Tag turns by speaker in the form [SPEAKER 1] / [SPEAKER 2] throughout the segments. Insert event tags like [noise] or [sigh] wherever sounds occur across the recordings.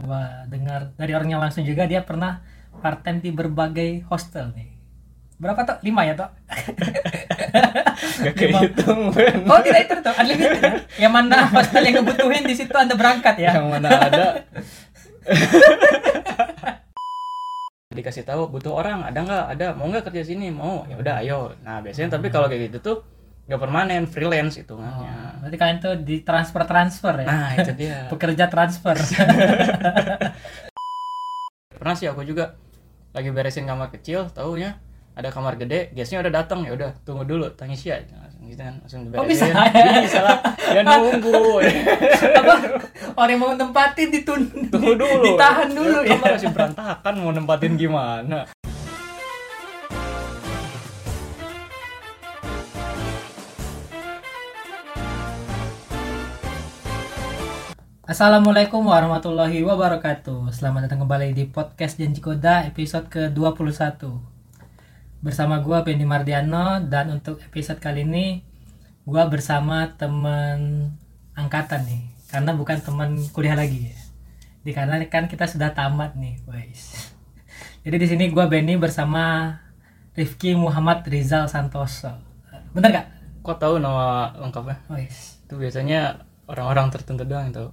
[SPEAKER 1] coba dengar dari orangnya langsung juga dia pernah part time di berbagai hostel nih. Berapa toh? Lima ya toh?
[SPEAKER 2] Gak kehitung Ben.
[SPEAKER 1] Oh tidak itu toh? Unlimited
[SPEAKER 2] [laughs]
[SPEAKER 1] ya? Yang mana hostel yang kebutuhin di situ anda berangkat ya?
[SPEAKER 2] Yang mana ada [laughs] dikasih tahu butuh orang ada nggak ada mau nggak kerja sini mau ya udah ayo nah biasanya tapi kalau kayak gitu tuh nggak permanen freelance
[SPEAKER 1] Oh,
[SPEAKER 2] hitungannya
[SPEAKER 1] berarti kalian tuh di transfer transfer ya?
[SPEAKER 2] nah itu dia
[SPEAKER 1] Pekerja
[SPEAKER 2] [laughs]
[SPEAKER 1] transfer.
[SPEAKER 2] pernah sih aku juga lagi beresin kamar kecil taunya ada kamar gede guestnya udah datang ya udah tunggu dulu tangis ya langsung gitu kan langsung diberesin
[SPEAKER 1] Oh, bisa?
[SPEAKER 2] Iya, bisa lah [laughs] ya nunggu
[SPEAKER 1] Apa? Orang yang mau nempatin ditun
[SPEAKER 2] tunggu dulu iya.
[SPEAKER 1] Ditahan dulu ya.
[SPEAKER 2] kamar masih berantakan mau nempatin gimana
[SPEAKER 1] Assalamualaikum warahmatullahi wabarakatuh Selamat datang kembali di podcast Janji Koda episode ke-21 Bersama gua Pendi Mardiano Dan untuk episode kali ini gua bersama temen angkatan nih Karena bukan teman kuliah lagi ya Dikarenakan kita sudah tamat nih guys [laughs] Jadi di sini gua Benny bersama Rifki Muhammad Rizal Santoso Bener gak?
[SPEAKER 2] kok tahu nama lengkapnya
[SPEAKER 1] Guys
[SPEAKER 2] itu biasanya orang-orang tertentu doang yang tahu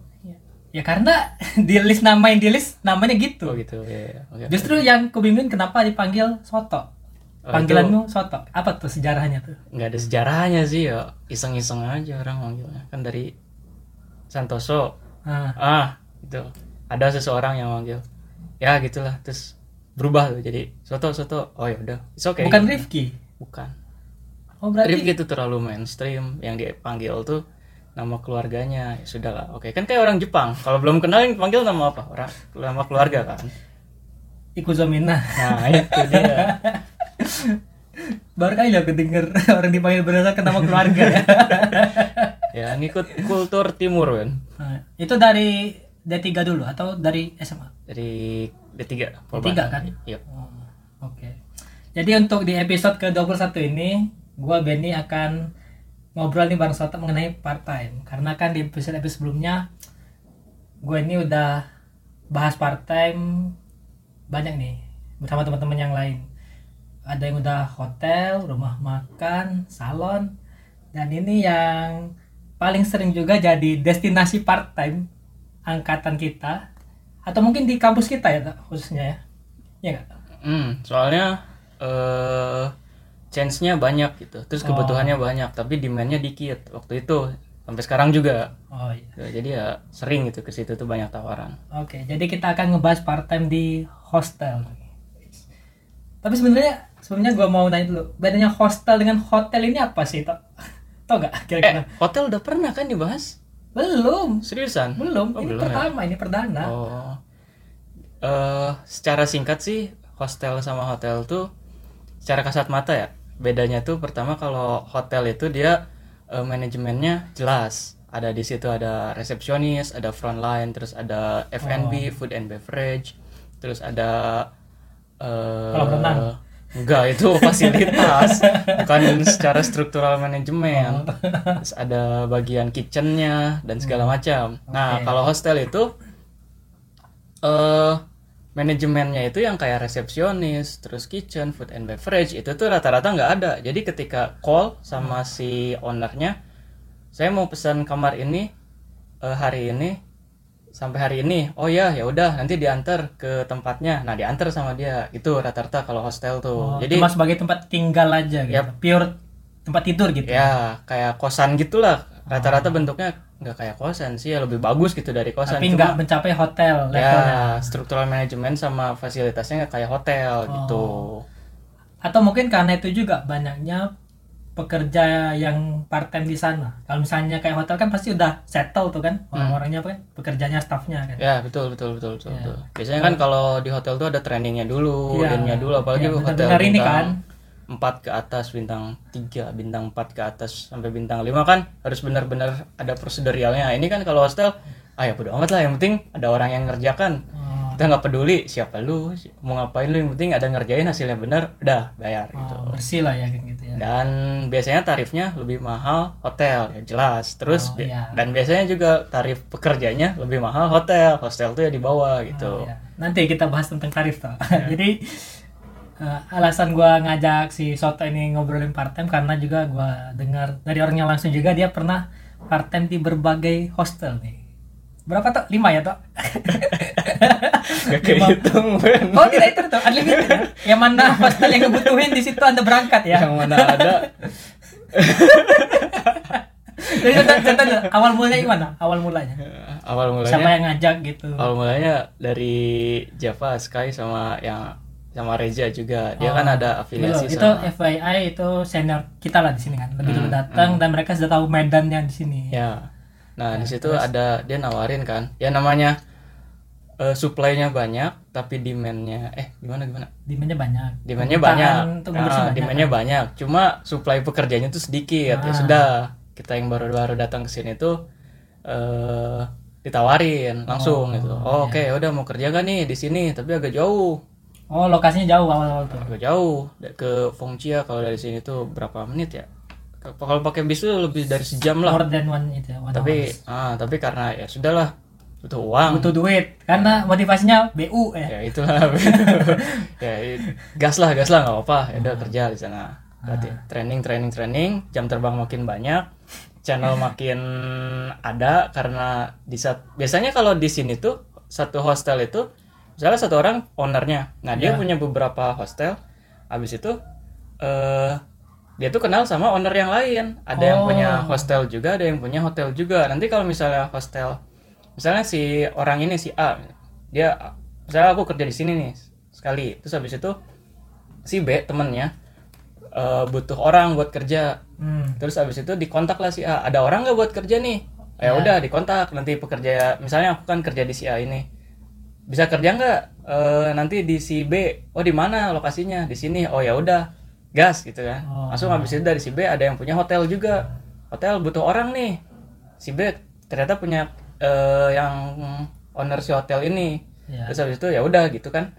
[SPEAKER 1] Ya karena [laughs] di list nama yang di list namanya gitu
[SPEAKER 2] Oh gitu ya. oke.
[SPEAKER 1] Justru yang kebingungan kenapa dipanggil soto?
[SPEAKER 2] Oh,
[SPEAKER 1] Panggilanmu soto. Apa tuh sejarahnya tuh?
[SPEAKER 2] nggak ada sejarahnya sih ya iseng-iseng aja orang manggilnya kan dari Santoso
[SPEAKER 1] Ah,
[SPEAKER 2] ah gitu ada seseorang yang manggil ya gitulah terus berubah tuh jadi soto soto oh ya udah it's okay
[SPEAKER 1] bukan Rifki.
[SPEAKER 2] bukan
[SPEAKER 1] Oh berarti
[SPEAKER 2] Rifki itu terlalu mainstream yang dipanggil tuh nama keluarganya ya sudah lah oke kan kayak orang Jepang kalau belum kenal yang panggil nama apa orang nama keluarga kan
[SPEAKER 1] Ikuzomina. [laughs]
[SPEAKER 2] nah itu dia
[SPEAKER 1] Baru kali aku denger [laughs] orang dipanggil berdasarkan nama keluarga.
[SPEAKER 2] [laughs] ya ngikut kultur timur kan
[SPEAKER 1] Ah, itu dari D3 dulu atau dari SMA?
[SPEAKER 2] dari D3
[SPEAKER 1] D3 kan?
[SPEAKER 2] Iya.
[SPEAKER 1] Oh, Oke. Jadi untuk di episode ke-21 ini, gua Benny akan ngobrol nih bareng Soto mengenai part time. Karena kan di episode-episode sebelumnya gue ini udah bahas part time banyak nih bersama teman-teman yang lain. Ada yang udah hotel, rumah makan, salon, dan ini yang paling sering juga jadi destinasi part time angkatan kita atau mungkin di kampus kita ya Kak, khususnya ya. Iya nggak?
[SPEAKER 2] Hmm, soalnya eh chance-nya banyak gitu. Terus kebutuhannya banyak, tapi demand-nya dikit waktu itu sampai sekarang juga.
[SPEAKER 1] Oh iya.
[SPEAKER 2] Ya, Jadi ya sering gitu ke situ tuh banyak tawaran.
[SPEAKER 1] Oke, jadi kita akan ngebahas part time di hostel. Tapi sebenarnya sebenarnya gua mau nanya dulu, bedanya hostel dengan hotel ini apa sih, Tok? [laughs] Tau gak kira-kira?
[SPEAKER 2] Eh, Hotel udah pernah kan dibahas?
[SPEAKER 1] Belum.
[SPEAKER 2] Seriusan?
[SPEAKER 1] Belum.
[SPEAKER 2] Oh,
[SPEAKER 1] ini
[SPEAKER 2] belum ya?
[SPEAKER 1] pertama, ini perdana.
[SPEAKER 2] Oh. Eh, secara singkat sih hostel sama hotel tuh secara kasat mata ya. Bedanya tuh pertama kalau hotel itu dia eh, manajemennya jelas. Ada di situ ada resepsionis, ada frontline, terus ada
[SPEAKER 1] Oh.
[SPEAKER 2] F&B, food and beverage, terus ada eh
[SPEAKER 1] Kolam renang.
[SPEAKER 2] Enggak,
[SPEAKER 1] [laughs]
[SPEAKER 2] itu fasilitas, bukan secara struktural manajemen.
[SPEAKER 1] Oh.
[SPEAKER 2] Terus ada bagian kitchennya dan segala macam.
[SPEAKER 1] Hmm.
[SPEAKER 2] Nah,
[SPEAKER 1] Oke.
[SPEAKER 2] kalau hostel itu eh manajemennya itu yang kayak resepsionis, terus kitchen, food and beverage itu tuh rata-rata nggak ada. Jadi ketika call sama
[SPEAKER 1] Hmm.
[SPEAKER 2] si ownernya, saya mau pesan kamar ini eh, hari ini sampai hari ini. Oh ya, ya udah nanti diantar ke tempatnya. Nah, diantar sama dia. Itu rata-rata kalau hostel
[SPEAKER 1] Oh,
[SPEAKER 2] tuh. Jadi
[SPEAKER 1] cuma sebagai tempat tinggal aja gitu. Pure tempat tidur gitu. Ah.
[SPEAKER 2] ya kayak kosan gitulah. Rata-rata bentuknya nggak kayak kosan sih, ya lebih bagus gitu dari kosan.
[SPEAKER 1] Tapi
[SPEAKER 2] Cuma-
[SPEAKER 1] nggak mencapai hotel levelnya.
[SPEAKER 2] Ya, struktural manajemen sama fasilitasnya nggak kayak hotel
[SPEAKER 1] Oh.
[SPEAKER 2] gitu.
[SPEAKER 1] Atau mungkin karena itu juga banyaknya pekerja yang part time di sana. Kalau misalnya kayak hotel kan pasti udah settle tuh
[SPEAKER 2] Hmm.
[SPEAKER 1] kan orang-orangnya apa kan? Pekerjanya, staffnya kan.
[SPEAKER 2] Ya, betul betul betul betul. betul. Biasanya
[SPEAKER 1] Nah.
[SPEAKER 2] kan kalau di hotel tuh ada trainingnya dulu,
[SPEAKER 1] Iya.
[SPEAKER 2] dinnya dulu apalagi
[SPEAKER 1] Iya,
[SPEAKER 2] hotel
[SPEAKER 1] benar-benar ini kan.
[SPEAKER 2] 4 ke atas bintang 3, bintang 4 ke atas sampai bintang 5 kan harus benar-benar ada prosedurialnya. Ini kan kalau hostel ah ya bodo amat lah yang penting ada orang yang ngerjakan.
[SPEAKER 1] Oh,
[SPEAKER 2] Kita nggak peduli siapa lu, si- mau ngapain lu yang penting ada ngerjain hasilnya benar, udah bayar gitu.
[SPEAKER 1] oh, bersih lah ya kayak gitu ya.
[SPEAKER 2] dan biasanya tarifnya lebih mahal hotel ya jelas terus
[SPEAKER 1] Oh,
[SPEAKER 2] bi-
[SPEAKER 1] iya.
[SPEAKER 2] dan biasanya juga tarif pekerjanya lebih mahal hotel hostel tuh ya di bawah gitu Iya.
[SPEAKER 1] Ya, Nanti kita bahas tentang tarif toh. [laughs] Jadi eh, alasan gua ngajak si Soto ini ngobrolin part time karena juga gua dengar dari orangnya langsung juga dia pernah part time di berbagai hostel nih. Berapa toh? Lima
[SPEAKER 2] [laughs]
[SPEAKER 1] ya toh?
[SPEAKER 2] gak kehitung [laughs] Ben.
[SPEAKER 1] Oh tidak itu toh, unlimited. ya? Yang mana hostel yang kebutuhin di situ anda berangkat ya.
[SPEAKER 2] yang mana ada
[SPEAKER 1] Jadi contoh, contoh dulu, awal mulanya gimana? Awal mulanya?
[SPEAKER 2] eh, awal mulanya
[SPEAKER 1] Siapa yang ngajak gitu?
[SPEAKER 2] awal mulanya dari Java Sky sama yang sama Reja juga dia
[SPEAKER 1] Oh,
[SPEAKER 2] kan ada afiliasi
[SPEAKER 1] Belum, itu
[SPEAKER 2] sama Hmm,
[SPEAKER 1] FYI itu senior kita lah di sini kan lebih dulu datang dan mereka sudah tahu medannya di sini
[SPEAKER 2] Ya. Nah, di situ ada dia nawarin kan. Ya namanya eh supply-nya banyak tapi demand-nya eh gimana gimana?
[SPEAKER 1] demandnya banyak
[SPEAKER 2] Demand-nya
[SPEAKER 1] Permintaan
[SPEAKER 2] banyak.
[SPEAKER 1] untuk
[SPEAKER 2] Nah,
[SPEAKER 1] ngurusin banyak
[SPEAKER 2] demand-nya banyak. Cuma supply pekerjanya tuh sedikit. Ya sudah, kita yang baru-baru datang ke sini tuh eh ditawarin langsung gitu. Oh, oke, udah mau kerja gak nih di sini? Tapi agak jauh.
[SPEAKER 1] oh lokasinya jauh awal-awal tuh
[SPEAKER 2] Agak jauh Da- ke Fongchia kalau dari sini tuh berapa menit ya? Ke- Kalau pakai bis tuh lebih dari sejam lah.
[SPEAKER 1] more than one itu ya, one hour.
[SPEAKER 2] tapi ah tapi karena ya sudahlah butuh uang
[SPEAKER 1] butuh duit
[SPEAKER 2] Iya.
[SPEAKER 1] karena motivasinya BU ya
[SPEAKER 2] ya itulah [laughs] ya i- gas lah gas lah nggak apa-apa ya udah kerja di sana Berarti training training training jam terbang makin banyak channel makin ada karena di saat biasanya kalau di sini tuh satu hostel itu misalnya satu orang ownernya nah dia punya beberapa hostel habis itu eh dia tuh kenal sama owner yang lain ada yang punya hostel juga ada yang punya hotel juga nanti kalau misalnya hostel misalnya si orang ini si A dia misalnya aku kerja di sini nih sekali terus habis itu si B temennya eh, butuh orang buat kerja
[SPEAKER 1] hmm.
[SPEAKER 2] terus habis itu dikontak lah si A ada orang nggak buat kerja nih ya udah dikontak nanti pekerja misalnya aku kan kerja di si A ini bisa kerja nggak Eh, nanti di si B oh di mana lokasinya di sini oh ya udah gas gitu kan
[SPEAKER 1] Oh.
[SPEAKER 2] langsung habis itu dari si B ada yang punya hotel juga hotel butuh orang nih si B ternyata punya eh, yang owner si hotel ini
[SPEAKER 1] ya
[SPEAKER 2] Terus habis itu ya udah gitu kan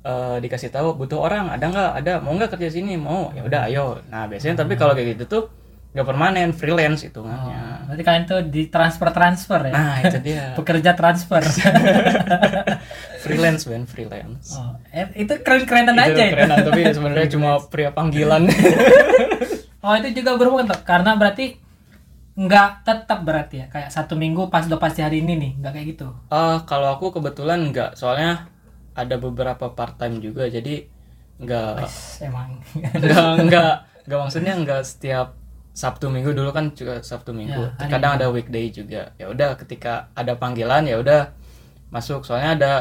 [SPEAKER 2] Eh, dikasih tahu butuh orang ada nggak ada mau nggak kerja sini mau ya udah ayo nah biasanya tapi kalau kayak gitu tuh nggak permanen freelance hitungannya
[SPEAKER 1] Oh, berarti kalian tuh di transfer transfer ya
[SPEAKER 2] nah
[SPEAKER 1] [laughs]
[SPEAKER 2] itu dia
[SPEAKER 1] pekerja
[SPEAKER 2] [laughs]
[SPEAKER 1] transfer
[SPEAKER 2] freelance ben freelance
[SPEAKER 1] oh, eh, itu keren kerenan
[SPEAKER 2] itu
[SPEAKER 1] aja ya? itu
[SPEAKER 2] keren
[SPEAKER 1] [laughs]
[SPEAKER 2] tapi sebenarnya cuma pria panggilan [laughs]
[SPEAKER 1] Oh itu juga berhubungan Tok. karena berarti nggak tetap berarti ya kayak satu minggu pas udah pasti hari ini nih nggak kayak gitu.
[SPEAKER 2] Eh, kalau aku kebetulan nggak soalnya ada beberapa part time juga jadi nggak
[SPEAKER 1] Wes, Emang [laughs]
[SPEAKER 2] nggak nggak nggak maksudnya nggak setiap Sabtu Minggu dulu kan juga Sabtu Minggu.
[SPEAKER 1] Ya, ada
[SPEAKER 2] Kadang ada weekday juga. Ya udah ketika ada panggilan ya udah masuk. Soalnya ada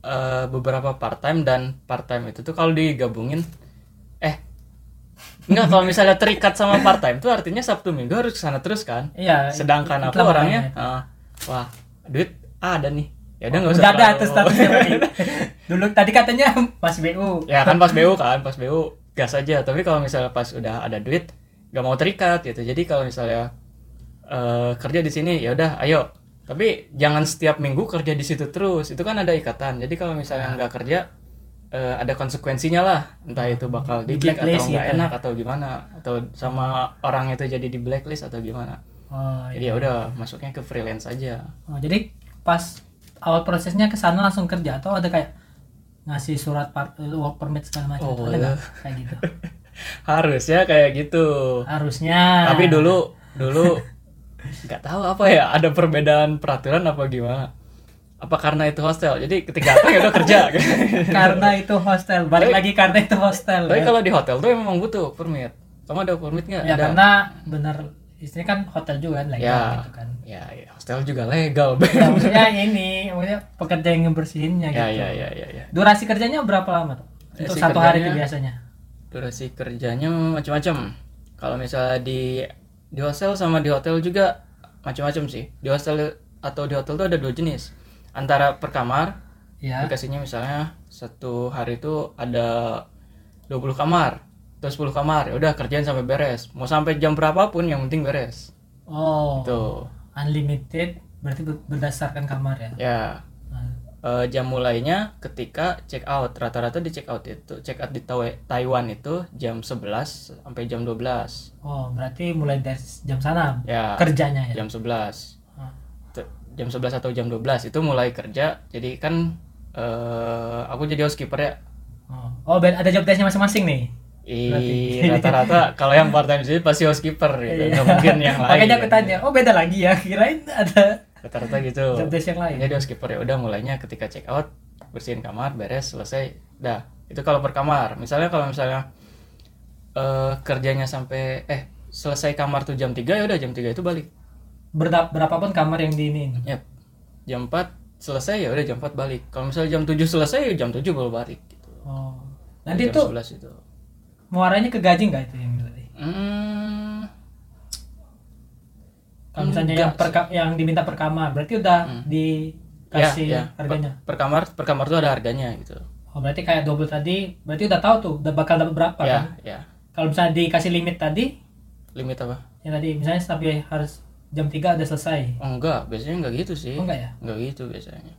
[SPEAKER 2] eh, beberapa part time dan part time itu tuh kalau digabungin eh enggak kalau misalnya terikat sama part time tuh artinya Sabtu Minggu harus kesana terus kan.
[SPEAKER 1] iya.
[SPEAKER 2] Sedangkan aku
[SPEAKER 1] itulah
[SPEAKER 2] orangnya ah, wah, duit ada nih. Ya udah nggak usah.
[SPEAKER 1] Udah ada
[SPEAKER 2] terlalu-
[SPEAKER 1] atas statusnya
[SPEAKER 2] [laughs]
[SPEAKER 1] berarti. Dulu tadi katanya Mas BU.
[SPEAKER 2] ya kan pas BU kan pas BU gas aja tapi kalau misalnya pas udah ada duit gak mau terikat gitu jadi kalau misalnya eh, kerja di sini ya udah ayo tapi jangan setiap minggu kerja di situ terus itu kan ada ikatan jadi kalau
[SPEAKER 1] Nah.
[SPEAKER 2] misalnya nggak kerja eh, ada konsekuensinya lah entah itu bakal di
[SPEAKER 1] Di
[SPEAKER 2] kick atau
[SPEAKER 1] blacklist
[SPEAKER 2] nggak
[SPEAKER 1] gitu.
[SPEAKER 2] enak atau gimana atau sama orang itu jadi di blacklist atau gimana
[SPEAKER 1] Oh, iya.
[SPEAKER 2] jadi ya udah masuknya ke freelance
[SPEAKER 1] [laughs]
[SPEAKER 2] aja
[SPEAKER 1] Oh, jadi pas awal prosesnya ke sana langsung kerja atau ada kayak ngasih surat part, work permit segala macam
[SPEAKER 2] Oh,
[SPEAKER 1] Ada
[SPEAKER 2] iya.
[SPEAKER 1] nggak? kayak
[SPEAKER 2] [laughs]
[SPEAKER 1] gitu.
[SPEAKER 2] harusnya kayak gitu
[SPEAKER 1] Harusnya.
[SPEAKER 2] tapi dulu dulu nggak tahu apa ya ada perbedaan peraturan apa gimana apa karena itu hostel jadi ketika datang ya udah kerja
[SPEAKER 1] Iya. karena itu hostel, balik lagi karena itu hostel. ya.
[SPEAKER 2] tapi kalau di hotel tuh memang butuh permit kamu ada permit nggak
[SPEAKER 1] ya
[SPEAKER 2] ada
[SPEAKER 1] karena bener istrinya kan hotel juga kan legal
[SPEAKER 2] ya,
[SPEAKER 1] gitu kan
[SPEAKER 2] ya ya, hostel juga legal Ben.
[SPEAKER 1] Nah, maksudnya ini maksudnya pekerja yang ngebersihinnya
[SPEAKER 2] [laughs]
[SPEAKER 1] gitu
[SPEAKER 2] ya ya ya ya ya
[SPEAKER 1] durasi kerjanya berapa lama tuh untuk
[SPEAKER 2] Durasi
[SPEAKER 1] satu hari itu
[SPEAKER 2] kerjanya-
[SPEAKER 1] biasanya
[SPEAKER 2] durasi kerjanya macam-macam kalau misalnya di di hostel sama di hotel juga macam-macam sih di hostel atau di hotel tuh ada dua jenis antara per kamar
[SPEAKER 1] ya
[SPEAKER 2] Aplikasinya misalnya satu hari itu ada 20 kamar atau 10 kamar, ya udah kerjain sampai beres. Mau sampai jam berapapun yang penting beres.
[SPEAKER 1] oh
[SPEAKER 2] Tuh.
[SPEAKER 1] unlimited berarti ber- berdasarkan kamar ya
[SPEAKER 2] Ya.
[SPEAKER 1] Nah,
[SPEAKER 2] Eh eh, jam mulainya ketika check out rata-rata di check out itu check out di Tawe- Taiwan itu jam 11 sampai jam 12
[SPEAKER 1] Oh, berarti mulai dari jam sana
[SPEAKER 2] ya
[SPEAKER 1] kerjanya ya.
[SPEAKER 2] jam 11
[SPEAKER 1] Ah.
[SPEAKER 2] Te- jam 11 atau jam 12 itu mulai kerja jadi kan eh, aku jadi housekeeper ya
[SPEAKER 1] Oh, oh ben, ada job desknya masing-masing nih.
[SPEAKER 2] I, rata-rata
[SPEAKER 1] [laughs]
[SPEAKER 2] kalau yang part time sih pasti housekeeper gitu nggak mungkin yang
[SPEAKER 1] Iya.
[SPEAKER 2] lain gitu.
[SPEAKER 1] Makanya aku tanya, oh beda lagi ya. Kirain ada
[SPEAKER 2] rata-rata gitu
[SPEAKER 1] job desk yang lain.
[SPEAKER 2] jadi housekeeper ya udah mulainya ketika check out bersihin kamar beres selesai dah itu kalau per kamar misalnya kalau misalnya eh, kerjanya sampai eh selesai kamar tuh jam 3 ya udah jam 3 itu balik
[SPEAKER 1] Berda- berapapun kamar yang di ini.
[SPEAKER 2] Yap. jam 4 selesai ya udah jam 4 balik kalau misalnya jam 7 selesai ya jam 7 baru balik gitu.
[SPEAKER 1] Oh. Nanti
[SPEAKER 2] jam
[SPEAKER 1] itu
[SPEAKER 2] 11 itu
[SPEAKER 1] muaranya ke gaji nggak itu yang tadi?
[SPEAKER 2] Hmm,
[SPEAKER 1] Kalau misalnya
[SPEAKER 2] Enggak Hmm.
[SPEAKER 1] yang, per, ka- yang diminta per kamar, berarti udah dikasih
[SPEAKER 2] ya, ya.
[SPEAKER 1] harganya.
[SPEAKER 2] per kamar per kamar tuh ada harganya gitu
[SPEAKER 1] Oh, berarti kayak double tadi, berarti udah tahu tuh udah bakal dapat berapa
[SPEAKER 2] ya
[SPEAKER 1] kan?
[SPEAKER 2] ya
[SPEAKER 1] Kalau misalnya dikasih limit tadi,
[SPEAKER 2] limit apa
[SPEAKER 1] yang Ya tadi misalnya sampai harus jam 3 udah selesai.
[SPEAKER 2] oh, enggak biasanya enggak gitu sih
[SPEAKER 1] Oh, enggak ya?
[SPEAKER 2] nggak gitu biasanya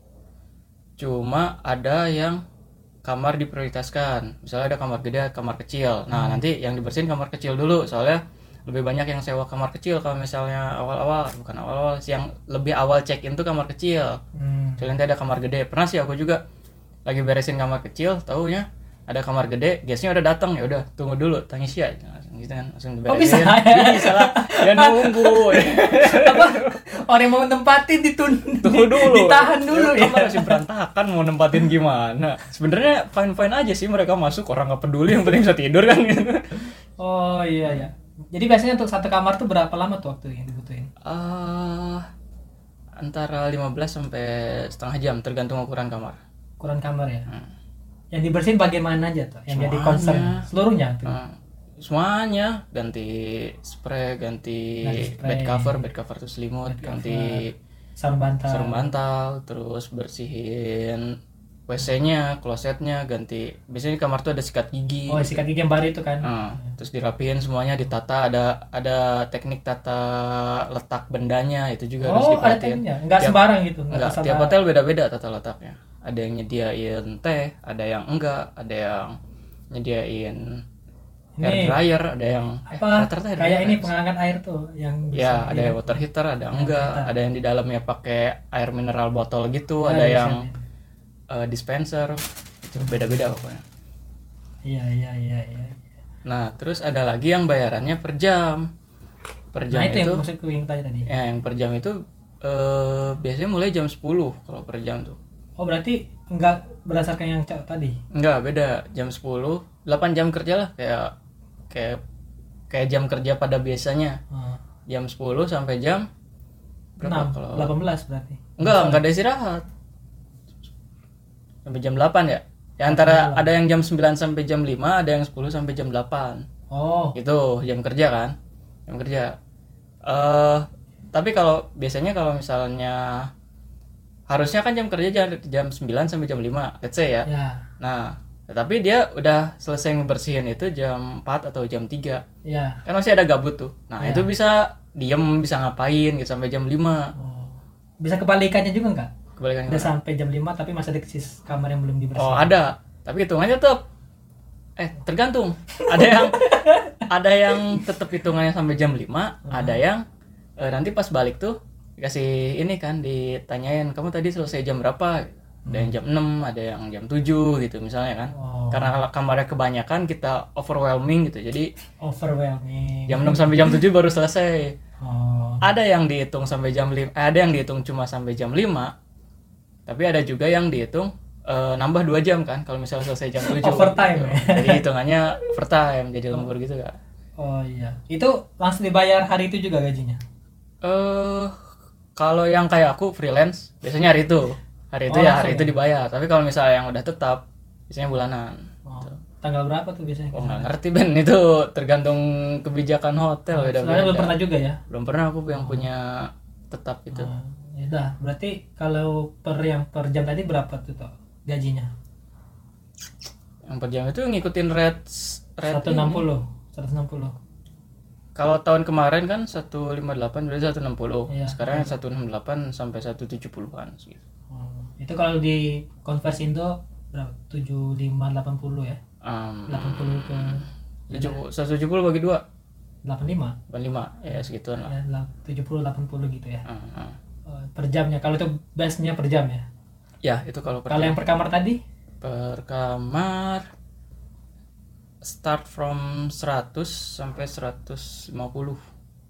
[SPEAKER 2] cuma ada yang kamar diprioritaskan misalnya ada kamar gede kamar kecil nah nanti yang dibersihin kamar kecil dulu soalnya lebih banyak yang sewa kamar kecil kalau misalnya awal-awal bukan awal-awal sih, yang lebih awal check in tuh kamar kecil
[SPEAKER 1] Hmm. [laughs]
[SPEAKER 2] soalnya nanti ada kamar gede pernah sih aku juga lagi beresin kamar kecil taunya ada kamar gede guestnya udah datang ya udah tunggu dulu tangis ya langsung gitu kan langsung diberesin
[SPEAKER 1] bisa ya?
[SPEAKER 2] [laughs] Iya, bisa lah ya [laughs] nunggu
[SPEAKER 1] Apa orang yang mau nempatin ditun
[SPEAKER 2] Tunggu dulu. Iya.
[SPEAKER 1] ditahan dulu ya.
[SPEAKER 2] Kamu masih berantakan mau nempatin gimana? Sebenarnya fine fine aja sih mereka masuk orang nggak peduli yang penting bisa tidur kan. gitu.
[SPEAKER 1] Oh iya ya. Jadi biasanya untuk satu kamar tuh berapa lama tuh waktu yang dibutuhin?
[SPEAKER 2] [laughs] Ah, antara 15 sampai setengah jam tergantung ukuran kamar.
[SPEAKER 1] Ukuran kamar ya.
[SPEAKER 2] Hmm.
[SPEAKER 1] Yang dibersihin bagaimana aja tuh? Yang jadi concern
[SPEAKER 2] ya.
[SPEAKER 1] seluruhnya tuh.
[SPEAKER 2] Nah, semuanya ganti spray, ganti,
[SPEAKER 1] Ganti spray.
[SPEAKER 2] bed cover, bed cover tuh selimut, ganti
[SPEAKER 1] Sarung bantal.
[SPEAKER 2] sarung bantal, terus bersihin WC-nya, klosetnya, ganti. Biasanya di kamar tuh ada sikat gigi.
[SPEAKER 1] Oh, sikat gigi yang baru itu kan.
[SPEAKER 2] Nah, terus dirapiin semuanya ditata ada ada teknik tata letak bendanya itu juga harus
[SPEAKER 1] oh, ada
[SPEAKER 2] diperhatiin.
[SPEAKER 1] tandanya. Enggak sembarang gitu.
[SPEAKER 2] Enggak,
[SPEAKER 1] asal-
[SPEAKER 2] tiap hotel beda-beda tata letaknya. Ada yang nyediain teh, ada yang enggak, ada yang nyediain air
[SPEAKER 1] Ini.
[SPEAKER 2] dryer, ada yang eh,
[SPEAKER 1] apa
[SPEAKER 2] rata-rata air
[SPEAKER 1] kayak
[SPEAKER 2] dryer.
[SPEAKER 1] ini Iya. pengangkat air tuh yang
[SPEAKER 2] Ya,
[SPEAKER 1] bisa
[SPEAKER 2] ada yang water heater, ada enggak, ada yang di dalamnya pakai air mineral botol gitu, ada
[SPEAKER 1] bisa
[SPEAKER 2] yang eh, dispenser. Itu beda-beda pokoknya.
[SPEAKER 1] iya iya iya iya
[SPEAKER 2] Nah, terus ada lagi yang bayarannya per jam. Per jam
[SPEAKER 1] nah itu yang maksudku yang tanya tadi
[SPEAKER 2] Ya, yang per jam itu eh, biasanya mulai jam 10 kalau per jam tuh.
[SPEAKER 1] oh berarti enggak berdasarkan yang cowok tadi
[SPEAKER 2] Enggak, beda. Jam 10, 8 jam kerja lah kayak kayak kayak jam kerja pada biasanya.
[SPEAKER 1] oh,
[SPEAKER 2] Jam 10 sampai jam Hmm,
[SPEAKER 1] 6,
[SPEAKER 2] berapa kalau
[SPEAKER 1] 18 berarti
[SPEAKER 2] Enggak, enggak ada istirahat. Sampai jam 8 ya. Ya antara ada yang jam 9 sampai jam 5, ada yang 10 sampai jam 8.
[SPEAKER 1] oh
[SPEAKER 2] gitu jam kerja kan jam kerja eh tapi kalau biasanya kalau misalnya harusnya kan jam kerja jam, jam 9 sampai jam 5 let's say ya
[SPEAKER 1] ya
[SPEAKER 2] nah tetapi dia udah selesai ngebersihin itu jam 4 atau jam 3
[SPEAKER 1] ya
[SPEAKER 2] kan masih ada gabut tuh nah
[SPEAKER 1] Iya.
[SPEAKER 2] itu bisa diem bisa ngapain gitu sampai jam 5
[SPEAKER 1] oh. bisa kebalikannya juga enggak
[SPEAKER 2] kebalikan
[SPEAKER 1] udah sampai jam 5 tapi masih ada sis kamar yang belum dibersihkan
[SPEAKER 2] Oh ada, tapi hitungannya tetap eh tergantung. Ada yang ada yang tetap hitungannya sampai jam 5,
[SPEAKER 1] Hmm.
[SPEAKER 2] ada yang eh, nanti pas balik tuh dikasih ini kan ditanyain kamu tadi selesai jam berapa? Ada yang jam 6, ada yang jam 7 gitu misalnya kan.
[SPEAKER 1] Hmm. Oh.
[SPEAKER 2] Karena kalau kamarnya kebanyakan kita overwhelming gitu. Jadi
[SPEAKER 1] Oh, overwhelming
[SPEAKER 2] jam 6 sampai jam 7 baru selesai.
[SPEAKER 1] oh
[SPEAKER 2] Ada yang dihitung sampai jam 5, ada yang dihitung cuma sampai jam 5. Tapi ada juga yang dihitung eh, nambah 2 jam kan kalau misalnya selesai jam 7.
[SPEAKER 1] Overtime, ya?
[SPEAKER 2] Jadi hitungannya overtime jadi lembur gitu kan.
[SPEAKER 1] oh iya itu langsung dibayar hari itu juga gajinya
[SPEAKER 2] Eh kalau yang kayak aku freelance biasanya hari itu. Hari itu
[SPEAKER 1] Oh, langsung
[SPEAKER 2] ya hari itu dibayar. Tapi kalau misalnya yang udah tetap biasanya bulanan.
[SPEAKER 1] oh. tanggal berapa tuh biasanya
[SPEAKER 2] Oh nggak ngerti Ben [laughs] itu tergantung kebijakan hotel
[SPEAKER 1] Soalnya belum
[SPEAKER 2] beda-beda.
[SPEAKER 1] pernah juga ya
[SPEAKER 2] Belum pernah aku yang punya tetap gitu. itu.
[SPEAKER 1] Nah, ya udah, berarti kalau per yang per jam tadi berapa tuh toh gajinya?
[SPEAKER 2] Yang per jam itu ngikutin rate rate
[SPEAKER 1] 160, 160.
[SPEAKER 2] Kalau tahun kemarin kan 158 berarti 160.
[SPEAKER 1] Iya.
[SPEAKER 2] Sekarang 168 sampai 170-an segitu.
[SPEAKER 1] Hmm. itu kalau di konversi Indo berapa? 7580
[SPEAKER 2] Hmm.
[SPEAKER 1] ya.
[SPEAKER 2] Em,
[SPEAKER 1] 80 ke
[SPEAKER 2] tujuh- 170 bagi 2
[SPEAKER 1] 85
[SPEAKER 2] bukan 5 ya segituan lah
[SPEAKER 1] ya, la- 70 80 gitu ya.
[SPEAKER 2] Em, em.
[SPEAKER 1] Eh, per jamnya. Kalau itu base-nya per jam ya.
[SPEAKER 2] ya itu kalau per,
[SPEAKER 1] Kalau yang per kamar tadi
[SPEAKER 2] per kamar start from 100 sampai 150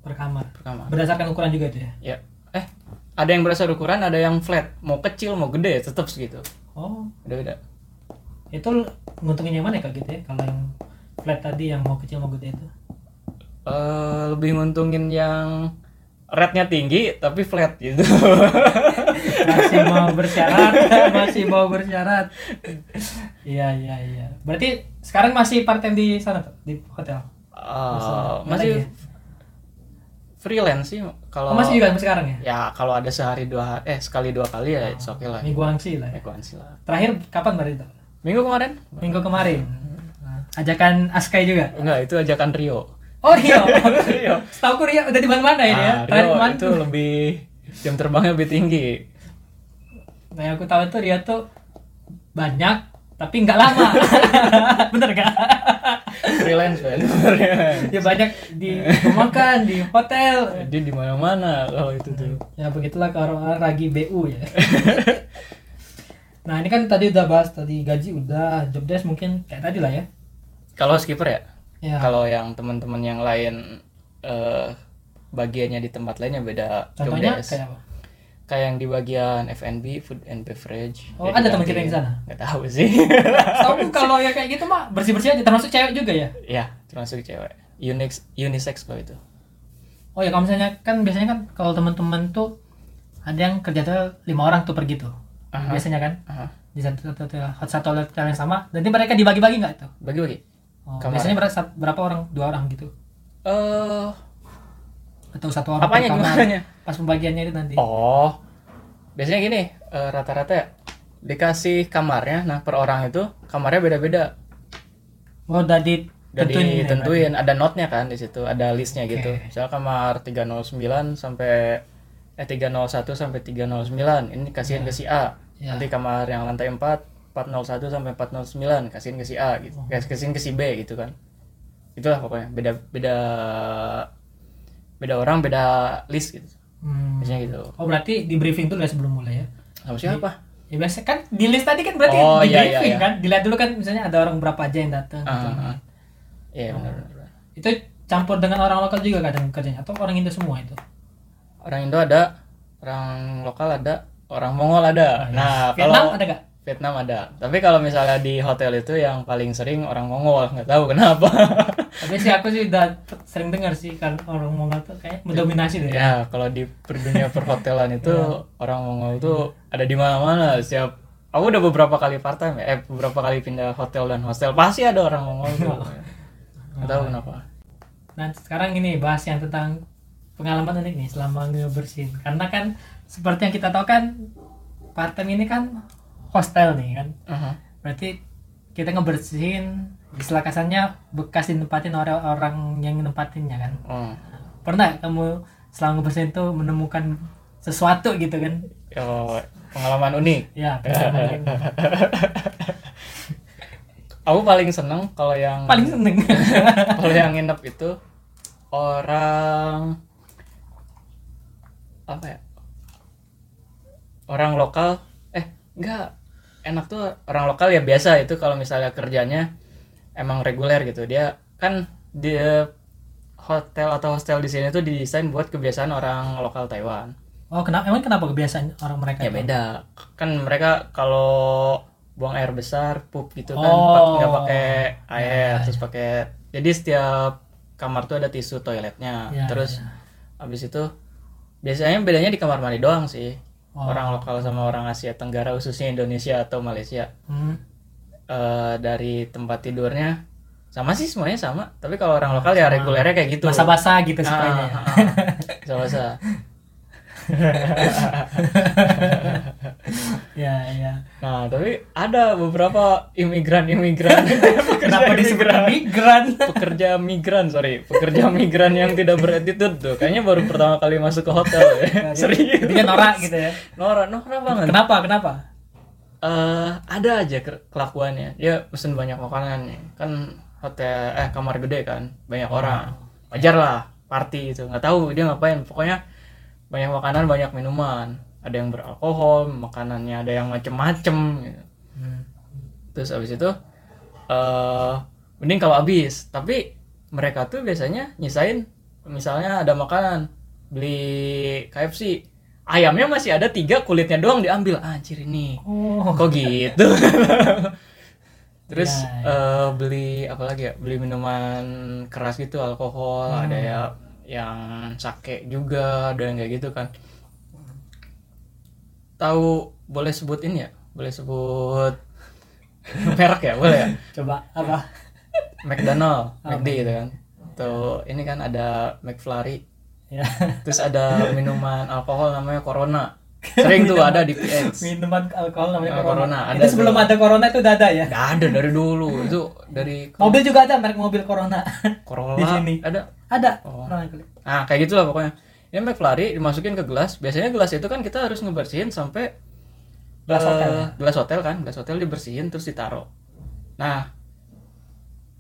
[SPEAKER 1] per kamar.
[SPEAKER 2] per kamar
[SPEAKER 1] Berdasarkan ukuran juga itu ya.
[SPEAKER 2] ya eh ada yang berasal ukuran ada yang flat mau kecil mau gede tetap segitu
[SPEAKER 1] Oh,
[SPEAKER 2] beda beda
[SPEAKER 1] itu nguntungin yang mana ya kalau gitu ya? Kalau yang flat tadi yang mau kecil mau gede itu.
[SPEAKER 2] Eh, lebih nguntungin yang rate-nya tinggi tapi flat gitu
[SPEAKER 1] masih mau bersyarat [laughs] masih mau bersyarat iya iya iya berarti sekarang masih part time di sana tuh di hotel
[SPEAKER 2] Eh,
[SPEAKER 1] Nggak lagi
[SPEAKER 2] masih
[SPEAKER 1] ya?
[SPEAKER 2] freelance sih kalau
[SPEAKER 1] oh, masih juga sampai sekarang ya
[SPEAKER 2] ya kalau ada sehari dua hari, eh sekali dua kali ya it's okay lah
[SPEAKER 1] minggu angsi lah ya.
[SPEAKER 2] Mingguan sih lah
[SPEAKER 1] terakhir kapan berarti tuh?
[SPEAKER 2] minggu kemarin
[SPEAKER 1] minggu kemarin Nah, ajakan askai juga
[SPEAKER 2] enggak itu ajakan Rio
[SPEAKER 1] oh Rio
[SPEAKER 2] [laughs] Rio
[SPEAKER 1] setahu ku Rio udah di mana mana ini ya
[SPEAKER 2] Ah,
[SPEAKER 1] terakhir
[SPEAKER 2] Rio
[SPEAKER 1] kemarin
[SPEAKER 2] itu lebih jam terbangnya lebih tinggi
[SPEAKER 1] nah yang aku tahu itu Rio tuh banyak tapi nggak
[SPEAKER 2] [laughs]
[SPEAKER 1] lama bener nggak [laughs]
[SPEAKER 2] freelance kan sebenarnya.
[SPEAKER 1] ya banyak di rumah makan di hotel
[SPEAKER 2] jadi di mana mana kalau itu tuh
[SPEAKER 1] Ya begitulah ke orang-orang ragi BU ya. nah ini kan tadi udah bahas tadi gaji udah job desk mungkin kayak tadi lah ya.
[SPEAKER 2] kalau skipper ya
[SPEAKER 1] Ya.
[SPEAKER 2] kalau yang teman-teman yang lain eh bagiannya di tempat lainnya beda job
[SPEAKER 1] Contohnya
[SPEAKER 2] desk.
[SPEAKER 1] kayak apa?
[SPEAKER 2] kayak yang di bagian F&B food and beverage
[SPEAKER 1] Oh,
[SPEAKER 2] Kayak
[SPEAKER 1] ada
[SPEAKER 2] di
[SPEAKER 1] teman kita yang
[SPEAKER 2] kantin.
[SPEAKER 1] sana?
[SPEAKER 2] nggak tahu sih [laughs]
[SPEAKER 1] Tahu kalau yang kayak gitu mah bersih bersih aja termasuk cewek juga ya.
[SPEAKER 2] ya termasuk cewek unisex unisex kalau itu
[SPEAKER 1] Oh ya kalau misalnya kan biasanya kan kalau teman-teman tuh ada yang kerja tuh lima orang tuh pergi tuh
[SPEAKER 2] Aha.
[SPEAKER 1] biasanya kan
[SPEAKER 2] Aha.
[SPEAKER 1] di satu satu satu, satu hotel yang sama. Nanti mereka dibagi-bagi nggak tuh?
[SPEAKER 2] bagi-bagi
[SPEAKER 1] Oh,
[SPEAKER 2] Kamar.
[SPEAKER 1] biasanya berapa, berapa orang? Dua orang gitu
[SPEAKER 2] eh
[SPEAKER 1] atau satu orang per
[SPEAKER 2] Apanya,
[SPEAKER 1] kamar?
[SPEAKER 2] gimananya?
[SPEAKER 1] Pas pembagiannya itu nanti.
[SPEAKER 2] Oh, biasanya gini, eh, rata-rata ya, dikasih kamarnya, nah per orang itu kamarnya beda-beda.
[SPEAKER 1] Oh, udah ditentuin
[SPEAKER 2] Jadi
[SPEAKER 1] ya, berarti?
[SPEAKER 2] tentuin, ada notnya kan di situ, ada listnya gitu.
[SPEAKER 1] Oke.
[SPEAKER 2] Misalnya kamar 309 sampai eh 301 sampai 309, ini kasihin ke si A.
[SPEAKER 1] Ya.
[SPEAKER 2] Nanti kamar yang lantai 4 401 sampai 409 kasihin ke si A gitu.
[SPEAKER 1] Oh.
[SPEAKER 2] Kas- Kasihin ke si B gitu kan. Itulah pokoknya beda beda beda orang beda list gitu.
[SPEAKER 1] Hmm.
[SPEAKER 2] Biasanya gitu.
[SPEAKER 1] Oh berarti di briefing dulu ya sebelum mulai ya?
[SPEAKER 2] Sama siapa?
[SPEAKER 1] Ya biasa kan di list tadi kan berarti
[SPEAKER 2] Oh,
[SPEAKER 1] di
[SPEAKER 2] iya,
[SPEAKER 1] briefing
[SPEAKER 2] iya, iya.
[SPEAKER 1] kan dilihat dulu kan misalnya ada orang berapa aja yang datang.
[SPEAKER 2] Ah,
[SPEAKER 1] gitu.
[SPEAKER 2] ah, ah. Iya benar-benar.
[SPEAKER 1] Itu campur dengan orang lokal juga kadang kerjanya atau orang Indo semua itu?
[SPEAKER 2] Orang Indo ada, orang lokal ada, orang Mongol ada. Nah,
[SPEAKER 1] Iya. Vietnam
[SPEAKER 2] kalau
[SPEAKER 1] ada nggak?
[SPEAKER 2] Vietnam ada. Tapi kalau misalnya di hotel itu yang paling sering orang Mongol, nggak tahu kenapa.
[SPEAKER 1] Tapi sih aku sih udah sering dengar sih kalau orang Mongol tuh kayak mendominasi deh.
[SPEAKER 2] ya, kalau di per- dunia perhotelan itu orang Mongol tuh ada di mana-mana. Siap. Aku udah beberapa kali part time ya, eh beberapa kali pindah hotel dan hostel pasti ada orang Mongol tuh. Nggak tahu kenapa.
[SPEAKER 1] Nah sekarang ini bahas yang tentang pengalaman unik nih selama ngebersihin karena kan seperti yang kita tahu kan part time ini kan hostel nih kan
[SPEAKER 2] Aha.
[SPEAKER 1] Berarti kita ngebersihin istilah kasarnya bekas ditempatin orang orang yang nempatinnya kan.
[SPEAKER 2] Hmm.
[SPEAKER 1] Pernah kamu selama ngebersihin tuh menemukan sesuatu gitu kan?
[SPEAKER 2] Ya, pengalaman unik.
[SPEAKER 1] Ya. pengalaman.
[SPEAKER 2] [laughs] Aku paling seneng kalau yang
[SPEAKER 1] Paling seneng. [laughs]
[SPEAKER 2] kalau yang nginep itu orang apa ya orang lokal eh enggak enak tuh orang lokal ya biasa itu kalau misalnya kerjanya emang reguler gitu dia kan dia hotel atau hostel di sini tuh didesain buat kebiasaan orang lokal Taiwan
[SPEAKER 1] oh kenapa? Emang kenapa kebiasaan orang mereka?
[SPEAKER 2] ya
[SPEAKER 1] itu?
[SPEAKER 2] beda kan mereka kalau buang air besar pup gitu kan
[SPEAKER 1] Oh. Ya,
[SPEAKER 2] pak- nggak pakai air terus pakai jadi setiap kamar tuh ada tisu toiletnya
[SPEAKER 1] Ya,
[SPEAKER 2] terus habis itu biasanya bedanya di kamar mandi doang sih
[SPEAKER 1] Oh.
[SPEAKER 2] orang lokal sama orang Asia Tenggara khususnya Indonesia atau Malaysia
[SPEAKER 1] Hmm.
[SPEAKER 2] Eh, dari tempat tidurnya sama sih semuanya sama tapi kalau orang lokal ya regulernya kayak gitu ah,
[SPEAKER 1] Basa-basa gitu sukanya. ya.
[SPEAKER 2] sama
[SPEAKER 1] Ya
[SPEAKER 2] [laughs]
[SPEAKER 1] ya.
[SPEAKER 2] Nah, tapi ada beberapa imigran-imigran.
[SPEAKER 1] [laughs] Kenapa
[SPEAKER 2] Pekerja
[SPEAKER 1] disebut
[SPEAKER 2] imigran?
[SPEAKER 1] migran?
[SPEAKER 2] Pekerja migran, sorry. Pekerja migran yang tidak beretitude tuh. Kayaknya
[SPEAKER 1] Nah,
[SPEAKER 2] baru pertama kali masuk ke hotel ya. [laughs] Serius.
[SPEAKER 1] Dia norak gitu ya.
[SPEAKER 2] Norak, norak banget.
[SPEAKER 1] Kenapa? Kenapa?
[SPEAKER 2] eh ada aja ke- kelakuannya dia pesen banyak makanan nih kan hotel eh kamar gede kan banyak orang
[SPEAKER 1] Hmm.
[SPEAKER 2] wajar lah party itu nggak tahu dia ngapain pokoknya banyak makanan banyak minuman ada yang beralkohol makanannya ada yang macem-macem gitu.
[SPEAKER 1] Hmm.
[SPEAKER 2] terus abis itu eh mending kalau habis tapi mereka tuh biasanya nyisain misalnya ada makanan beli KFC ayamnya masih ada tiga kulitnya doang diambil Ah, anjir ini
[SPEAKER 1] Oh.
[SPEAKER 2] kok gitu
[SPEAKER 1] [laughs]
[SPEAKER 2] terus
[SPEAKER 1] Ya,
[SPEAKER 2] eh, beli apa lagi ya beli minuman keras gitu alkohol ada
[SPEAKER 1] Hmm.
[SPEAKER 2] ya yang sake juga ada yang kayak gitu kan tahu boleh sebut ini ya boleh sebut merek ya boleh
[SPEAKER 1] [laughs]
[SPEAKER 2] ya
[SPEAKER 1] Coba apa?
[SPEAKER 2] McDonald
[SPEAKER 1] Oh,
[SPEAKER 2] McD gitu kan tuh ini kan ada McFlurry
[SPEAKER 1] ya. [laughs]
[SPEAKER 2] terus ada minuman alkohol namanya Corona sering tuh ada di PX
[SPEAKER 1] [laughs] Minuman alkohol namanya
[SPEAKER 2] Nah,
[SPEAKER 1] corona.
[SPEAKER 2] Corona, ada
[SPEAKER 1] itu sebelum
[SPEAKER 2] tuh.
[SPEAKER 1] ada corona itu udah ada ya.
[SPEAKER 2] Nggak ada dari dulu itu dari
[SPEAKER 1] Mobil juga ada merek mobil corona. [laughs]
[SPEAKER 2] Corolla
[SPEAKER 1] Di sini.
[SPEAKER 2] ada
[SPEAKER 1] ada.
[SPEAKER 2] Oh.
[SPEAKER 1] Corona kulit.
[SPEAKER 2] nah kayak gitulah pokoknya ini McFlurry dimasukin ke gelas biasanya gelas itu kan kita harus ngebersihin sampai
[SPEAKER 1] Gelas
[SPEAKER 2] eh,
[SPEAKER 1] hotel. ya?
[SPEAKER 2] gelas hotel kan gelas hotel dibersihin terus ditaruh nah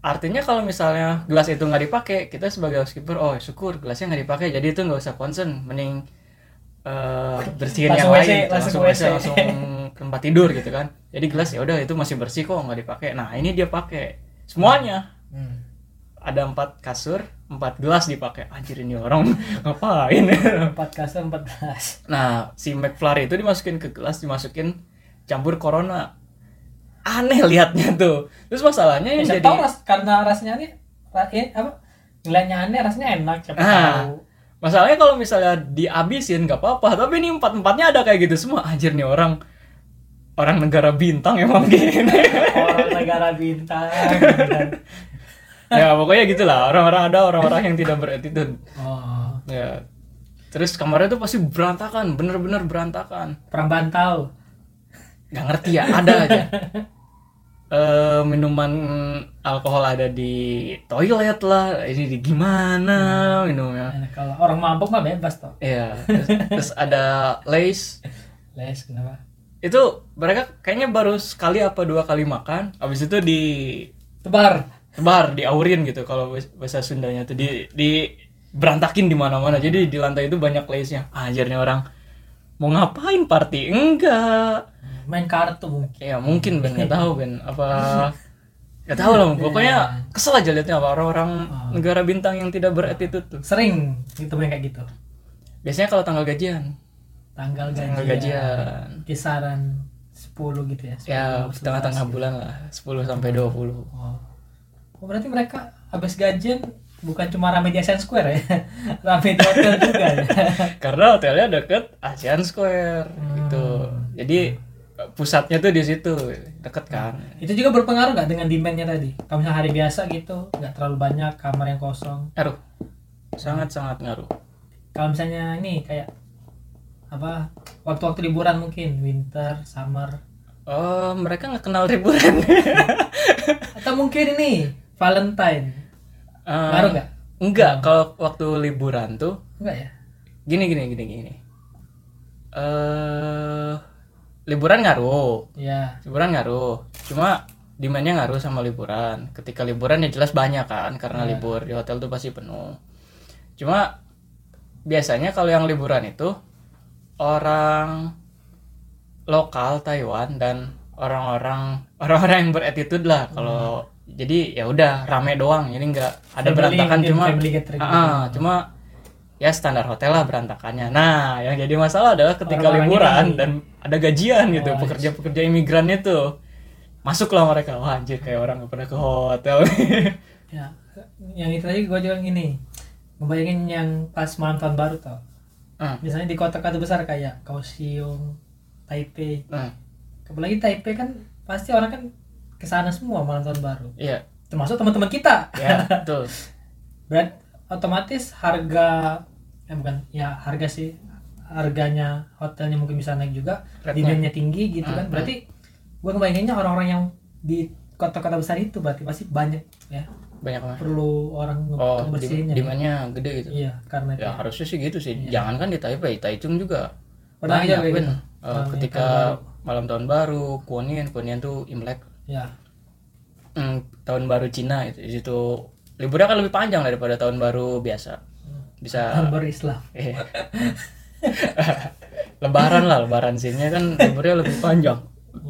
[SPEAKER 2] artinya kalau misalnya gelas itu nggak dipakai kita sebagai housekeeper oh syukur gelasnya nggak dipakai jadi itu nggak usah concern mending eh, bersihin
[SPEAKER 1] Langsung
[SPEAKER 2] yang
[SPEAKER 1] WC,
[SPEAKER 2] lain
[SPEAKER 1] langsung
[SPEAKER 2] WC,
[SPEAKER 1] WC.
[SPEAKER 2] langsung ke tempat tidur gitu kan jadi gelas ya udah itu masih bersih kok nggak dipakai nah ini dia pakai semuanya
[SPEAKER 1] Hmm.
[SPEAKER 2] ada empat kasur empat gelas dipakai anjir ini orang [laughs] ngapain
[SPEAKER 1] Empat kasur empat belas.
[SPEAKER 2] nah si McFlurry itu dimasukin ke gelas dimasukin campur corona aneh liatnya tuh terus masalahnya
[SPEAKER 1] Ya,
[SPEAKER 2] yang
[SPEAKER 1] Siapa
[SPEAKER 2] jadi
[SPEAKER 1] tahu ras karena rasnya ini ra- eh, apa? Nilainya aneh, rasanya enak. Siapa
[SPEAKER 2] Ah.
[SPEAKER 1] tahu.
[SPEAKER 2] masalahnya kalau misalnya dihabisin nggak apa-apa tapi ini empat empatnya ada kayak gitu semua anjir nih orang orang negara bintang emang [laughs] gini
[SPEAKER 1] Orang negara
[SPEAKER 2] [laughs]
[SPEAKER 1] bintang. gitu kan.
[SPEAKER 2] ya pokoknya gitulah orang-orang ada orang-orang yang tidak beretitun
[SPEAKER 1] oh.
[SPEAKER 2] ya terus kamarnya tuh pasti berantakan bener-bener berantakan
[SPEAKER 1] Perang bantau.
[SPEAKER 2] nggak ngerti ya ada aja Eh, minuman alkohol ada di toilet lah ini di gimana minumnya
[SPEAKER 1] Nah, kalau orang mabuk mah bebas toh.
[SPEAKER 2] ya terus, terus ada lace
[SPEAKER 1] Les kenapa?
[SPEAKER 2] itu mereka kayaknya baru sekali apa dua kali makan habis itu di
[SPEAKER 1] Tebar.
[SPEAKER 2] tebar diaurin gitu kalau bahas- bahasa Sundanya tuh di di berantakin di mana-mana jadi di lantai itu banyak lace-nya ajarnya orang mau ngapain party enggak
[SPEAKER 1] Main kartu mungkin.
[SPEAKER 2] Ya mungkin Ben nggak tahu Ben
[SPEAKER 1] [laughs]
[SPEAKER 2] apa nggak tahu
[SPEAKER 1] Iya.
[SPEAKER 2] lah pokoknya kesel aja liatnya apa orang-orang
[SPEAKER 1] Ah.
[SPEAKER 2] negara bintang yang tidak beretitut tuh.
[SPEAKER 1] Sering ditemuin kayak gitu.
[SPEAKER 2] Biasanya kalau tanggal gajian,
[SPEAKER 1] Tanggal gaji.
[SPEAKER 2] tanggal gajian
[SPEAKER 1] Kisaran 10 gitu ya. 10.
[SPEAKER 2] ya tengah-tengah bulan lah 10 sampai 20.
[SPEAKER 1] Oh. Oh, berarti mereka habis gajian bukan cuma rame di Asian Square ya. [laughs] rame di hotel juga
[SPEAKER 2] [laughs]
[SPEAKER 1] ya.
[SPEAKER 2] Eh, Karena hotelnya deket ASEAN Square
[SPEAKER 1] Hmm.
[SPEAKER 2] gitu. Jadi pusatnya tuh di situ deket kan.
[SPEAKER 1] Itu juga berpengaruh nggak dengan demandnya tadi? Kalau misalnya hari biasa gitu, nggak terlalu banyak kamar yang kosong.
[SPEAKER 2] Ngaruh. Sangat-sangat ngaruh.
[SPEAKER 1] Kalau misalnya ini kayak apa waktu-waktu liburan mungkin winter, summer,
[SPEAKER 2] Oh, mereka nggak kenal
[SPEAKER 1] [laughs]
[SPEAKER 2] liburan. Eh,
[SPEAKER 1] atau mungkin ini Valentine. Ngaruh nggak? Hmm.
[SPEAKER 2] Enggak, kalau waktu liburan tuh
[SPEAKER 1] Enggak ya?
[SPEAKER 2] gini gini gini gini eh liburan ngaruh
[SPEAKER 1] Ya.
[SPEAKER 2] liburan ngaruh cuma demandnya ngaruh sama liburan ketika liburan ya jelas banyak kan karena
[SPEAKER 1] Iya.
[SPEAKER 2] libur di hotel tuh pasti penuh cuma biasanya kalau yang liburan itu orang lokal Taiwan dan orang-orang orang-orang yang beretitude lah kalau jadi ya udah rame doang jadi nggak ada
[SPEAKER 1] Hmm. Family,
[SPEAKER 2] berantakan
[SPEAKER 1] mungkin
[SPEAKER 2] cuma
[SPEAKER 1] family gathering
[SPEAKER 2] Ah, ah, cuma ya standar hotel lah berantakannya nah yang jadi masalah adalah ketika
[SPEAKER 1] Orang-orang
[SPEAKER 2] liburan
[SPEAKER 1] ini. kan
[SPEAKER 2] dan ada gajian gitu
[SPEAKER 1] Oh,
[SPEAKER 2] pekerja-pekerja imigran itu masuklah mereka wah anjir kayak orang nggak pernah ke hotel [laughs]
[SPEAKER 1] Ya, yang itu tadi gue juga gini, ngebayangin yang pas malam tahun baru tau.
[SPEAKER 2] Hmm,
[SPEAKER 1] Misalnya di kota-kota besar kayak Kaohsiung, Taipei.
[SPEAKER 2] hmm,
[SPEAKER 1] Apalagi Taipei kan pasti orang kan kesana semua malam tahun baru.
[SPEAKER 2] iya
[SPEAKER 1] Termasuk teman-teman kita. [laughs]
[SPEAKER 2] ya betul
[SPEAKER 1] Berat otomatis harga eh bukan ya harga sih harganya hotelnya mungkin bisa naik juga
[SPEAKER 2] Rate-nya.
[SPEAKER 1] demandnya tinggi gitu kan
[SPEAKER 2] Hmm,
[SPEAKER 1] berarti gue ngebayanginnya orang-orang yang di kota-kota besar itu berarti pasti banyak ya
[SPEAKER 2] banyak banget
[SPEAKER 1] perlu orang nge-
[SPEAKER 2] oh
[SPEAKER 1] ngebersihinnya
[SPEAKER 2] demandnya gede gitu
[SPEAKER 1] ya. Iya, karena itu.
[SPEAKER 2] ya harusnya sih gitu sih jangan kan di Taipei Taichung juga
[SPEAKER 1] Pernah
[SPEAKER 2] banyak
[SPEAKER 1] juga
[SPEAKER 2] Ben.
[SPEAKER 1] gitu.
[SPEAKER 2] Eh,
[SPEAKER 1] Orang
[SPEAKER 2] ketika
[SPEAKER 1] yang
[SPEAKER 2] malam tahun baru kuonian kuonian tuh imlek
[SPEAKER 1] ya
[SPEAKER 2] mm, tahun baru Cina itu di situ liburnya kan lebih panjang daripada tahun baru biasa bisa
[SPEAKER 1] [laughs] tahun baru Islam
[SPEAKER 2] eh. [laughs] lebaran lah lebaran sini kan liburnya lebih panjang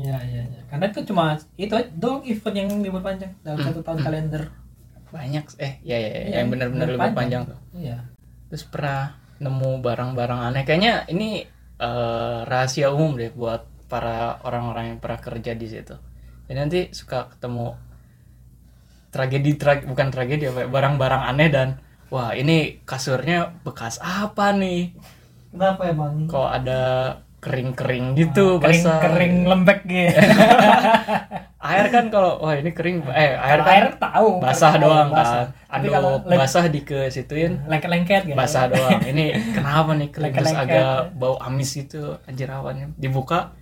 [SPEAKER 1] ya ya ya karena itu cuma itu dong event yang libur panjang dalam
[SPEAKER 2] Hmm.
[SPEAKER 1] satu tahun kalender
[SPEAKER 2] banyak eh ya ya, ya,
[SPEAKER 1] Iya,
[SPEAKER 2] yang benar-benar
[SPEAKER 1] lebih
[SPEAKER 2] lebih panjang tuh
[SPEAKER 1] iya
[SPEAKER 2] terus pernah nemu barang-barang aneh kayaknya ini eh, rahasia umum deh buat para orang-orang yang pernah kerja di situ jadi nanti suka ketemu tragedi tra- bukan tragedi apa ya, barang-barang aneh dan wah ini kasurnya bekas apa nih
[SPEAKER 1] kenapa emang
[SPEAKER 2] kok ada kering-kering gitu
[SPEAKER 1] kering
[SPEAKER 2] basah.
[SPEAKER 1] kering lembek gitu
[SPEAKER 2] air kan kalau wah ini kering eh air
[SPEAKER 1] air
[SPEAKER 2] kan
[SPEAKER 1] air tahu
[SPEAKER 2] basah
[SPEAKER 1] Tahu,
[SPEAKER 2] doang
[SPEAKER 1] basah.
[SPEAKER 2] kan
[SPEAKER 1] Tapi kalau
[SPEAKER 2] anduk
[SPEAKER 1] leng-
[SPEAKER 2] basah dikesituin
[SPEAKER 1] lengket-lengket gitu
[SPEAKER 2] basah doang ini
[SPEAKER 1] [laughs]
[SPEAKER 2] kenapa nih kering terus
[SPEAKER 1] Lengket-lengket.
[SPEAKER 2] agak bau amis gitu anjir awannya dibuka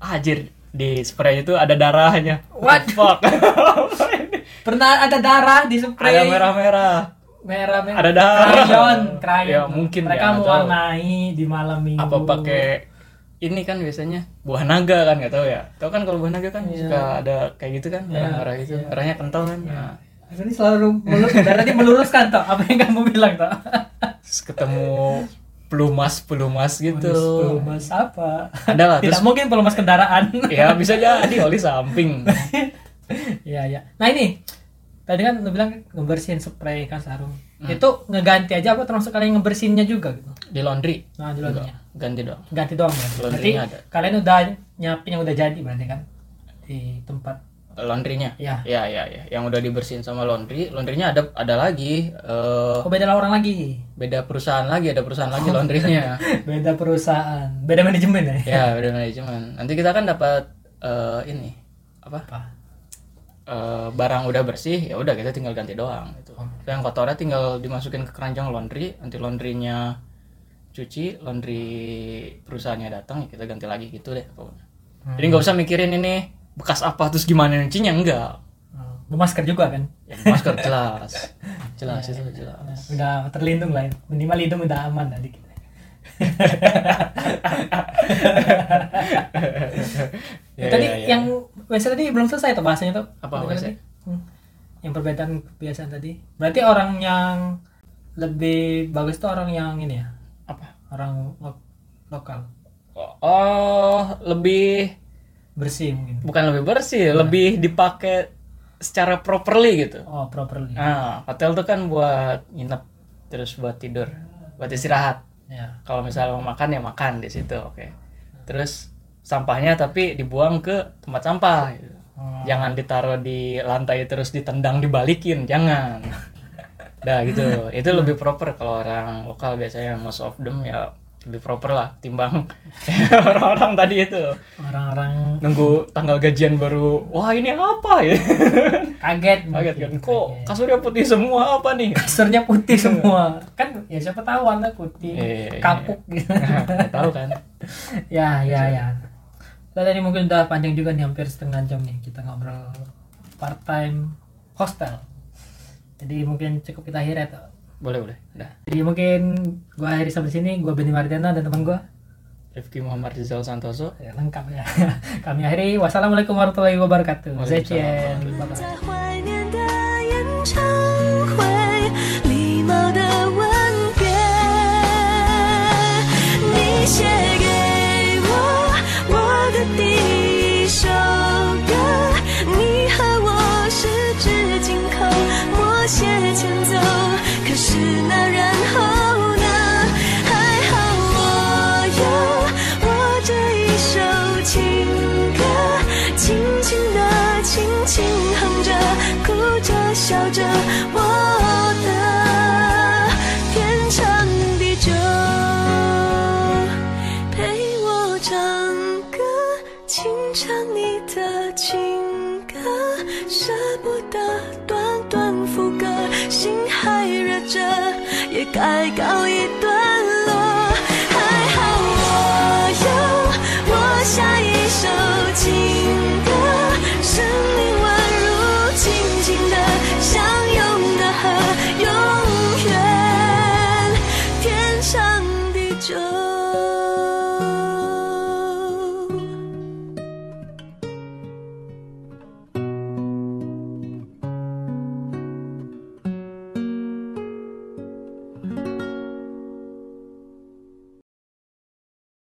[SPEAKER 2] ah, anjir di spray itu ada darahnya what the
[SPEAKER 1] [laughs]
[SPEAKER 2] fuck [laughs] Apa ini?
[SPEAKER 1] pernah ada darah di
[SPEAKER 2] ada
[SPEAKER 1] spray
[SPEAKER 2] merah-merah
[SPEAKER 1] merah merah
[SPEAKER 2] Ada darah.
[SPEAKER 1] krayon krayon
[SPEAKER 2] Ya, mungkin ya,
[SPEAKER 1] mereka
[SPEAKER 2] nggak tahu.
[SPEAKER 1] mewarnai di malam minggu
[SPEAKER 2] apa pakai ini kan biasanya buah naga kan nggak tahu ya tau kan kalau buah naga kan
[SPEAKER 1] Iya.
[SPEAKER 2] suka ada kayak gitu kan merah-merah gitu merahnya kental kan nah,
[SPEAKER 1] ini Iya. selalu melurus, dan tadi meluruskan toh apa yang kamu bilang toh
[SPEAKER 2] Nah, terus ketemu pelumas pelumas gitu
[SPEAKER 1] pelumas apa
[SPEAKER 2] ada lah
[SPEAKER 1] tidak
[SPEAKER 2] terus
[SPEAKER 1] mungkin pelumas kendaraan
[SPEAKER 2] ya bisa jadi oli samping
[SPEAKER 1] [laughs] Iya ya. Nah ini tadi kan lu bilang ngebersihin spray kan sarung.
[SPEAKER 2] Hmm.
[SPEAKER 1] Itu ngeganti aja apa termasuk kalian ngebersihinnya juga gitu.
[SPEAKER 2] di laundry
[SPEAKER 1] Nah jelasnya.
[SPEAKER 2] ganti dong
[SPEAKER 1] Ganti doang. Berarti. berarti
[SPEAKER 2] Laundrynya ada.
[SPEAKER 1] kalian udah nyiapin yang udah jadi berarti kan di tempat.
[SPEAKER 2] laundrynya
[SPEAKER 1] Ya.
[SPEAKER 2] ya ya ya yang udah dibersihin sama laundry laundrynya ada ada lagi eh,
[SPEAKER 1] Oh beda lah orang lagi. [laughs]
[SPEAKER 2] beda perusahaan lagi ada perusahaan lagi laundrynya
[SPEAKER 1] Beda perusahaan. Beda manajemen ya.
[SPEAKER 2] ya beda manajemen nanti kita kan dapat eh, ini apa
[SPEAKER 1] Apa?
[SPEAKER 2] Eh, barang udah bersih ya udah kita tinggal ganti doang gitu. yang kotornya tinggal dimasukin ke keranjang laundry nanti laundrynya cuci laundry perusahaannya datang ya kita ganti lagi gitu deh pokoknya jadi nggak usah mikirin ini bekas apa terus gimana nyucinya enggak
[SPEAKER 1] Oh, Bermasker juga kan.
[SPEAKER 2] Ya, masker jelas jelas itu jelas
[SPEAKER 1] Udah terlindung lah. ya. Minimal hidung udah aman tadi.
[SPEAKER 2] Ya,
[SPEAKER 1] tadi
[SPEAKER 2] ya, ya.
[SPEAKER 1] yang WC tadi belum selesai tuh bahasanya tuh.
[SPEAKER 2] Apa
[SPEAKER 1] Tadi
[SPEAKER 2] WC?
[SPEAKER 1] tadi. Hmm. Yang perbedaan kebiasaan tadi. Berarti orang yang lebih bagus tuh orang yang ini ya,
[SPEAKER 2] apa
[SPEAKER 1] orang lo- lokal,
[SPEAKER 2] oh lebih
[SPEAKER 1] bersih mungkin.
[SPEAKER 2] bukan lebih bersih lebih dipakai secara properly gitu
[SPEAKER 1] Oh, properly.
[SPEAKER 2] nah hotel tuh kan buat nginep terus buat tidur buat istirahat
[SPEAKER 1] Ya.
[SPEAKER 2] kalau misalnya mau makan ya makan di situ oke terus sampahnya tapi dibuang ke tempat sampah gitu.
[SPEAKER 1] Oh.
[SPEAKER 2] jangan ditaruh di lantai terus ditendang dibalikin jangan nah gitu itu lebih proper kalau orang lokal biasanya most of them ya lebih proper lah timbang [laughs] orang-orang tadi itu
[SPEAKER 1] Orang-orang
[SPEAKER 2] nunggu tanggal gajian baru wah ini apa ya
[SPEAKER 1] kaget.
[SPEAKER 2] kaget kan
[SPEAKER 1] mungkin.
[SPEAKER 2] kok kasurnya putih semua apa nih
[SPEAKER 1] Kasurnya putih semua. Kan ya siapa tahu warna putih,
[SPEAKER 2] Iya, iya, iya.
[SPEAKER 1] kapuk gitu. [laughs]
[SPEAKER 2] Nggak tahu kan
[SPEAKER 1] ya, ya, ya. Nah, tadi mungkin udah panjang juga nih hampir setengah jam nih kita ngobrol part time hostel. Jadi mungkin cukup kita akhir ya. Tok.
[SPEAKER 2] boleh boleh udah
[SPEAKER 1] Jadi mungkin gua akhiri sampai sini, gua Benny Mardiana dan teman gua
[SPEAKER 2] Rifki Muhammad Rizal Santoso
[SPEAKER 1] ya, lengkap ya. [laughs] Kami akhiri. Wassalamualaikum warahmatullahi wabarakatuh. Zaijian. Bye-bye.
[SPEAKER 3] 在怀念的演唱会，礼貌的吻别。你写给我我的第一首歌，你和我十指紧扣，默写前奏。可是那然后呢？还好我有我这一首情歌，轻轻地，轻轻哼着，哭着，笑着，我的天长地久，陪我唱歌，轻唱你的情歌，舍不得短短副歌，心还热着，也该告一段。